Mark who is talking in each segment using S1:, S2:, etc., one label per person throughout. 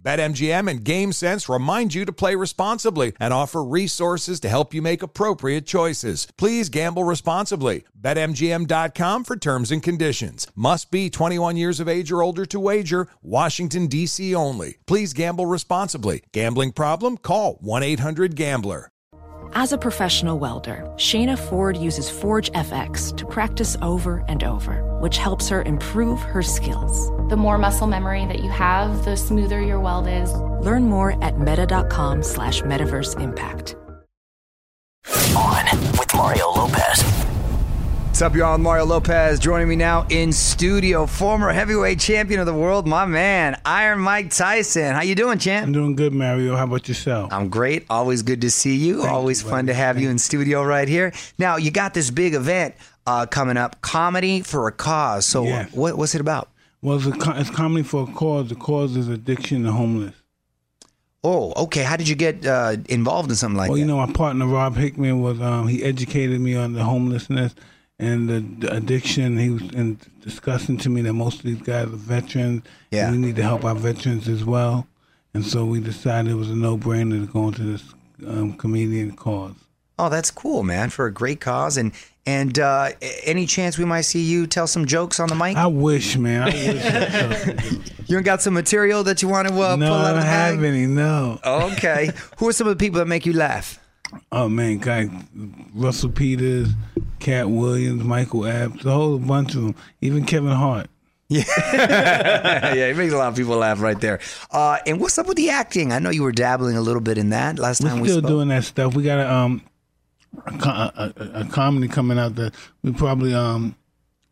S1: BetMGM and GameSense remind you to play responsibly and offer resources to help you make appropriate choices. Please gamble responsibly. BetMGM.com for terms and conditions. Must be 21 years of age or older to wager. Washington, D.C. only. Please gamble responsibly. Gambling problem? Call 1 800 Gambler.
S2: As a professional welder, Shayna Ford uses Forge FX to practice over and over, which helps her improve her skills.
S3: The more muscle memory that you have, the smoother your weld is.
S2: Learn more at meta.com slash metaverse impact.
S4: On with Mario Lopez.
S5: What's up, y'all? I'm Mario Lopez. Joining me now in studio, former heavyweight champion of the world, my man, Iron Mike Tyson. How you doing, champ?
S6: I'm doing good, Mario. How about yourself?
S5: I'm great. Always good to see you.
S6: Thank
S5: Always
S6: you,
S5: fun to
S6: buddy.
S5: have you
S6: Thank
S5: in studio right here. Now, you got this big event uh, coming up, Comedy for a Cause. So,
S6: Yes.
S5: what, what's it about?
S6: Well, it's, a, co- it's comedy for a cause. The cause is addiction to homeless.
S5: Oh, okay. How did you get uh, involved in something like
S6: well,
S5: that?
S6: you know, my partner Rob Hickman was um, he educated me on the homelessness and the, the addiction. He was and discussing to me that most of these guys are veterans.
S5: Yeah.
S6: and we need to help our veterans as well. And so we decided it was a no-brainer to go into this um, comedian cause.
S5: oh, that's cool, man, for a great cause. And, and uh, a- any chance we might see you tell some jokes on the mic?
S6: I wish, man. I wish. I could.
S5: you got some material that you want to uh,
S6: no,
S5: pull
S6: I
S5: out of
S6: don't
S5: the bag?
S6: have any. No.
S5: Oh, Okay. Who are some of the people that make you laugh?
S6: Oh man, guy, Russell Peters, Cat Williams, Michael Epps, a whole bunch of them. Even Kevin Hart.
S5: yeah, it makes a lot of people laugh right there. Uh, and what's up with the acting? I know you were dabbling a little bit in that last
S6: We're
S5: time we
S6: still
S5: spoke.
S6: doing that stuff. We got a um a, co- a, a, a comedy coming out that we probably um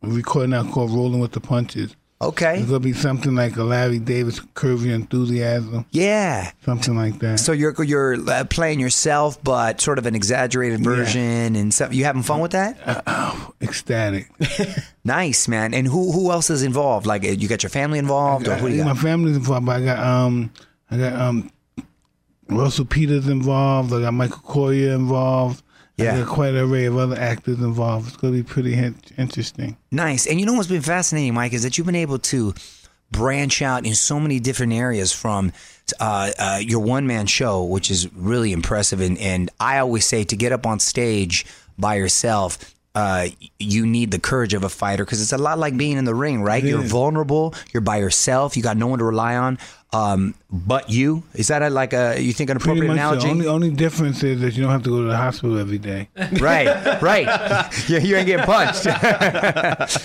S6: recording out called Rolling with the Punches.
S5: okay.
S6: It's gonna be something like a Larry Davis Curvy Enthusiasm,
S5: Yeah.
S6: something like that.
S5: So you're you're uh, playing yourself, but sort of an exaggerated version, and stuff. You having fun with that?
S6: Ecstatic.
S5: Nice, man. And who who else is involved? Like uh, you got your family involved, or who do you
S6: my
S5: got?
S6: family's involved. But I got um, I got um, Russell Peters involved. I got Michael Coyer involved.
S5: Yeah.
S6: I got quite an array of other actors involved. It's gonna be pretty hin- interesting.
S5: Nice. And you know what's been fascinating, Mike, is that you've been able to branch out in so many different areas from uh, uh, your one man show, which is really impressive. And, and I always say to get up on stage by yourself. Uh, you need the courage of a fighter because it's a lot like being in the ring, right? You're vulnerable. You're by yourself. You got no one to rely on, um, but you. Is that a, like a you think an
S6: Pretty
S5: appropriate
S6: much.
S5: analogy?
S6: The only only difference is that you don't have to go to the hospital every day.
S5: Right, right. you, you ain't getting punched.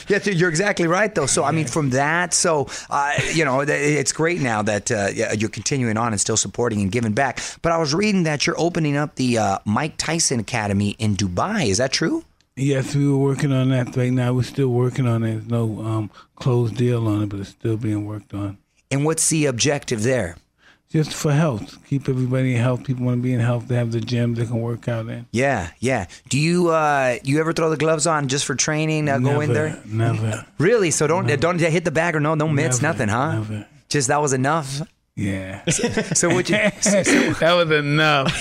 S5: yeah, dude, you're exactly right, though. So, I mean, from that, so, uh, you know, th- it's great now that uh, yeah, you're continuing on and still supporting and giving back. But I was reading that you're opening up the uh, Mike Tyson Academy in Dubai. Is that true?
S6: Yes, we were working on that right now. We're still working on it. There's no um, closed deal on it, but it's still being worked on.
S5: And what's the objective there?
S6: Just for health, keep everybody in health. People want to be in health. They have the gym they can work out in.
S5: Yeah, yeah. Do you uh, you ever throw the gloves on just for training? Uh, go in
S6: Never,
S5: there?
S6: Never.
S5: Really? So don't don't hit the bag or no no mitts,
S6: Never,
S5: nothing, huh?
S6: never.
S5: Just that was enough.
S6: Yeah.
S5: So what you
S6: that was enough.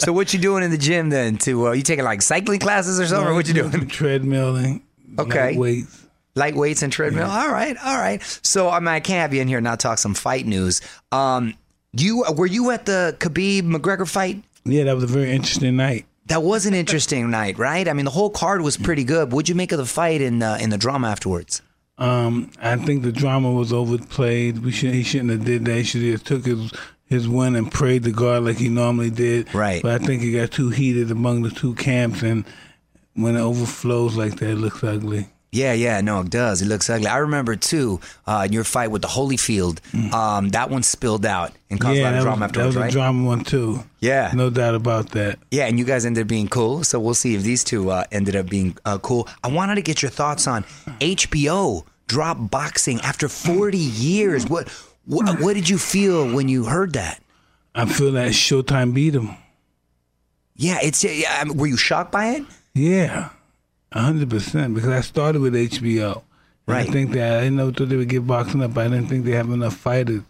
S5: so what you doing in the gym then? To uh, you taking like cycling classes or something? or what you
S6: Mm-hmm.
S5: doing?
S6: Treadmilling.
S5: Okay.
S6: light Weights.
S5: Light weights and treadmill.
S6: Mm-hmm.
S5: All right, all right. So I mean, I can't have you in here and not talk some fight news. Um, you were you at the Khabib McGregor fight?
S6: Yeah, that was a very interesting night.
S5: That was an interesting night, right? I mean, the whole card was pretty good. What'd you make of the fight and uh, and the drama afterwards?
S6: Um, I think the drama was overplayed. We should he shouldn't have did that. He should have took his his win and prayed to God like he normally did.
S5: Right.
S6: But I think it got too heated among the two camps, and when it overflows like that, it looks ugly.
S5: Yeah, yeah, no, it does. It looks ugly. I remember too uh, your fight with the Holyfield. Um, that one spilled out and caused a lot of
S6: Mm. that
S5: drama
S6: was, that
S5: afterwards,
S6: was
S5: right?
S6: a drama one too.
S5: Yeah.
S6: no doubt about that.
S5: Yeah, and you guys ended up being cool. So we'll see if these two uh, ended up being uh, cool. I wanted to get your thoughts on HBO drop boxing after 40 years. What, what what did you feel when you heard that?
S6: I feel that Showtime beat him.
S5: Yeah, it's yeah, I mean, were you shocked by it?
S6: Yeah, hundred percent. Because I started with HBO. And
S5: Right.
S6: I think that I never thought they would get boxing up. I didn't think they have enough fighters.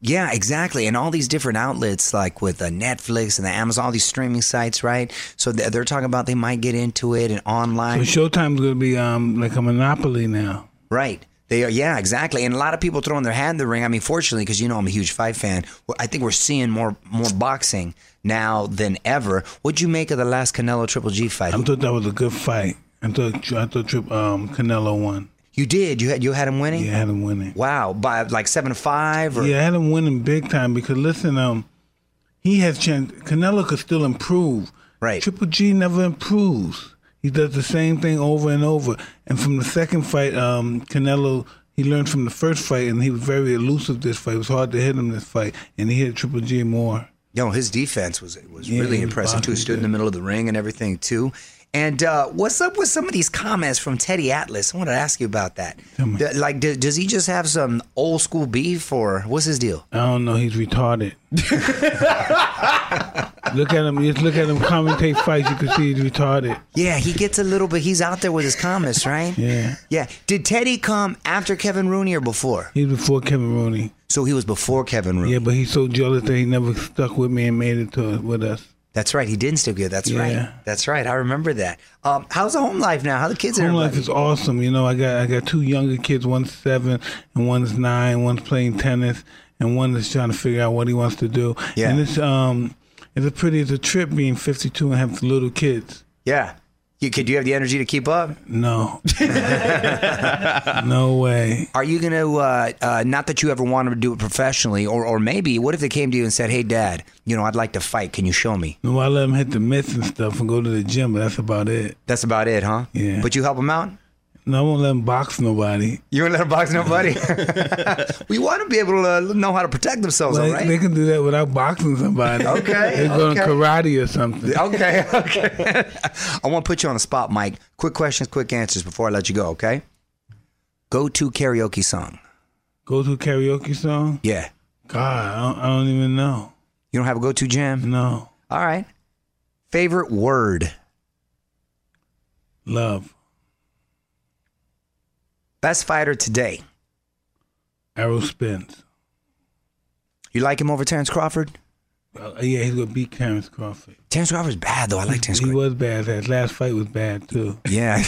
S5: Yeah, exactly. And all these different outlets, like with the Netflix and the Amazon, all these streaming sites, right? So they're they're talking about they might get into it and
S6: So
S5: online.
S6: Showtime's gonna be um like a monopoly now.
S5: Right. They are, yeah, exactly. And a lot of people throwing their hand in the ring. I mean, fortunately, because you know I'm a huge fight fan. we're- I think we're seeing more more boxing now than ever. What'd you make of the last Canelo Triple G fight?
S6: I thought that was a good fight. I thought I thought Trip um Canelo won.
S5: you did. You had you had him winning.
S6: Yeah, I had him winning.
S5: Wow, by like seven to five. Or,
S6: Yeah, I had him winning big time because listen, um, he has chance. Canelo could still improve.
S5: Right.
S6: Triple G never improves. He does the same thing over and over. And from the second fight, um, Canelo he learned from the first fight, and he was very elusive this fight. It was hard to hit him this fight, and he hit Triple G more.
S5: No, his defense was was
S6: Yeah,
S5: really
S6: he was
S5: impressive too.
S6: boxing
S5: Stood in
S6: good.
S5: the middle of the ring and everything too. And uh, what's up with some of these comments from Teddy Atlas? I wanted to ask you about that. D- like, d- does he just have some old school beef, or what's his deal?
S6: I don't know. He's retarded. look at him. Just look at him commentate fights. You can see he's retarded.
S5: Yeah, he gets a little bit. He's out there with his comments, right?
S6: Yeah.
S5: Yeah. Did Teddy come after Kevin Rooney or before?
S6: He's before Kevin Rooney.
S5: So he was before Kevin Rooney.
S6: Yeah, but he's so jealous that he never stuck with me and made it to with us.
S5: That's right. He didn't still get. That's
S6: Yeah.
S5: right. That's right. I remember that. Um, how's the home life now? How the kids
S6: Home
S5: are?
S6: life is awesome. You know, I got I got two younger kids. One's seven and one's nine. One's playing tennis and one is trying to figure out what he wants to do.
S5: Yeah.
S6: And it's um, it's a pretty it's a trip being fifty two and have little kids.
S5: yeah. You could. Do you have the energy to keep up?
S6: No, no way.
S5: Are you going to, uh, uh, not that you ever wanted to do it professionally, or, or maybe, what if they came to you and said, hey, dad, you know, I'd like to fight. Can you show me?
S6: No, I let him hit the mitts and stuff and go to the gym, but that's about it.
S5: That's about it, huh?
S6: Yeah.
S5: But you help him out?
S6: No, I won't let him box nobody.
S5: You won't let him box nobody? we want to be able to uh, know how to protect themselves, all
S6: Like,
S5: right?
S6: They can do that without boxing somebody.
S5: Okay,
S6: they're going to
S5: okay.
S6: karate or something.
S5: okay, okay. I want to put you on the spot, Mike. Quick questions, quick answers before I let you go, okay? Go to karaoke song.
S6: Go to a karaoke song.
S5: Yeah.
S6: God, I don't, I don't even know.
S5: You don't have a go to jam?
S6: No,
S5: All right. Favorite word?
S6: love.
S5: Best fighter today?
S6: Arrow Spence.
S5: You like him over Terrence Crawford?
S6: Uh, yeah, he's gonna beat Terrence Crawford.
S5: Terrence Crawford's bad, though. I like Terrence
S6: he
S5: Crawford.
S6: was bad. That last fight was bad too.
S5: Yeah.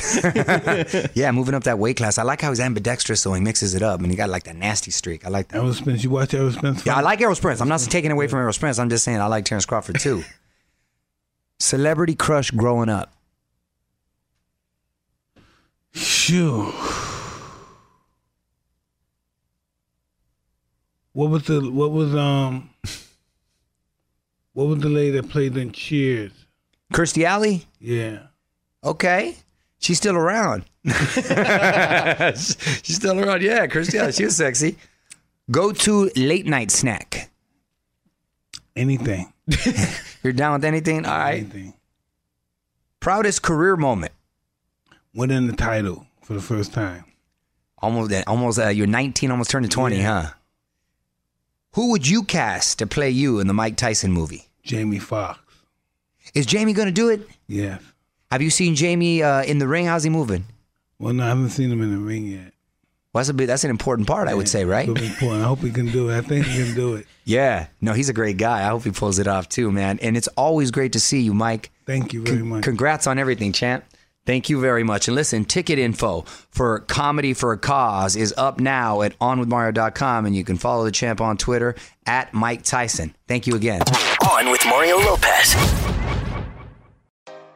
S5: yeah, moving up that weight class. I like how he's ambidextrous, so he mixes it up, and he got like that nasty streak. I like that.
S6: Arrow Spence. You watch Arrow Spence?
S5: Yeah, I
S6: fight?
S5: like Errol Spence. I'm not taking away from Errol Spence. I'm just saying I like Terrence Crawford, too. Celebrity crush growing up.
S6: Phew. What was the what was um what was the lady that played in Cheers?
S5: Kirstie Alley?
S6: Yeah.
S5: Okay. She's still around. She's still around. Yeah, Kirstie Alley. She was sexy. Go to late night snack.
S6: Anything.
S5: You're down with anything? All right.
S6: Anything.
S5: Proudest career moment.
S6: Winning the title for the first time.
S5: Almost, almost. Uh, you're 19, almost turned to 20, huh? Who would you cast to play you in the Mike Tyson movie?
S6: Jamie Foxx.
S5: Is Jamie gonna do it?
S6: Yes.
S5: Have you seen Jamie uh, in the ring? How's he moving?
S6: Well no, I haven't seen him in the ring yet.
S5: Well, that's a bit, That's an important part, I would say, right?
S6: It'll be important. I hope he can do it. I think he can do it.
S5: Yeah. No, he's a great guy. I hope he pulls it off too, man. And it's always great to see you, Mike.
S6: Thank you very much.
S5: Congrats on everything, champ. Thank you very much. And listen, ticket info for Comedy for a Cause is up now at onwithmario.com, and you can follow the champ on Twitter at Mike Tyson. Thank you again.
S4: On with Mario Lopez.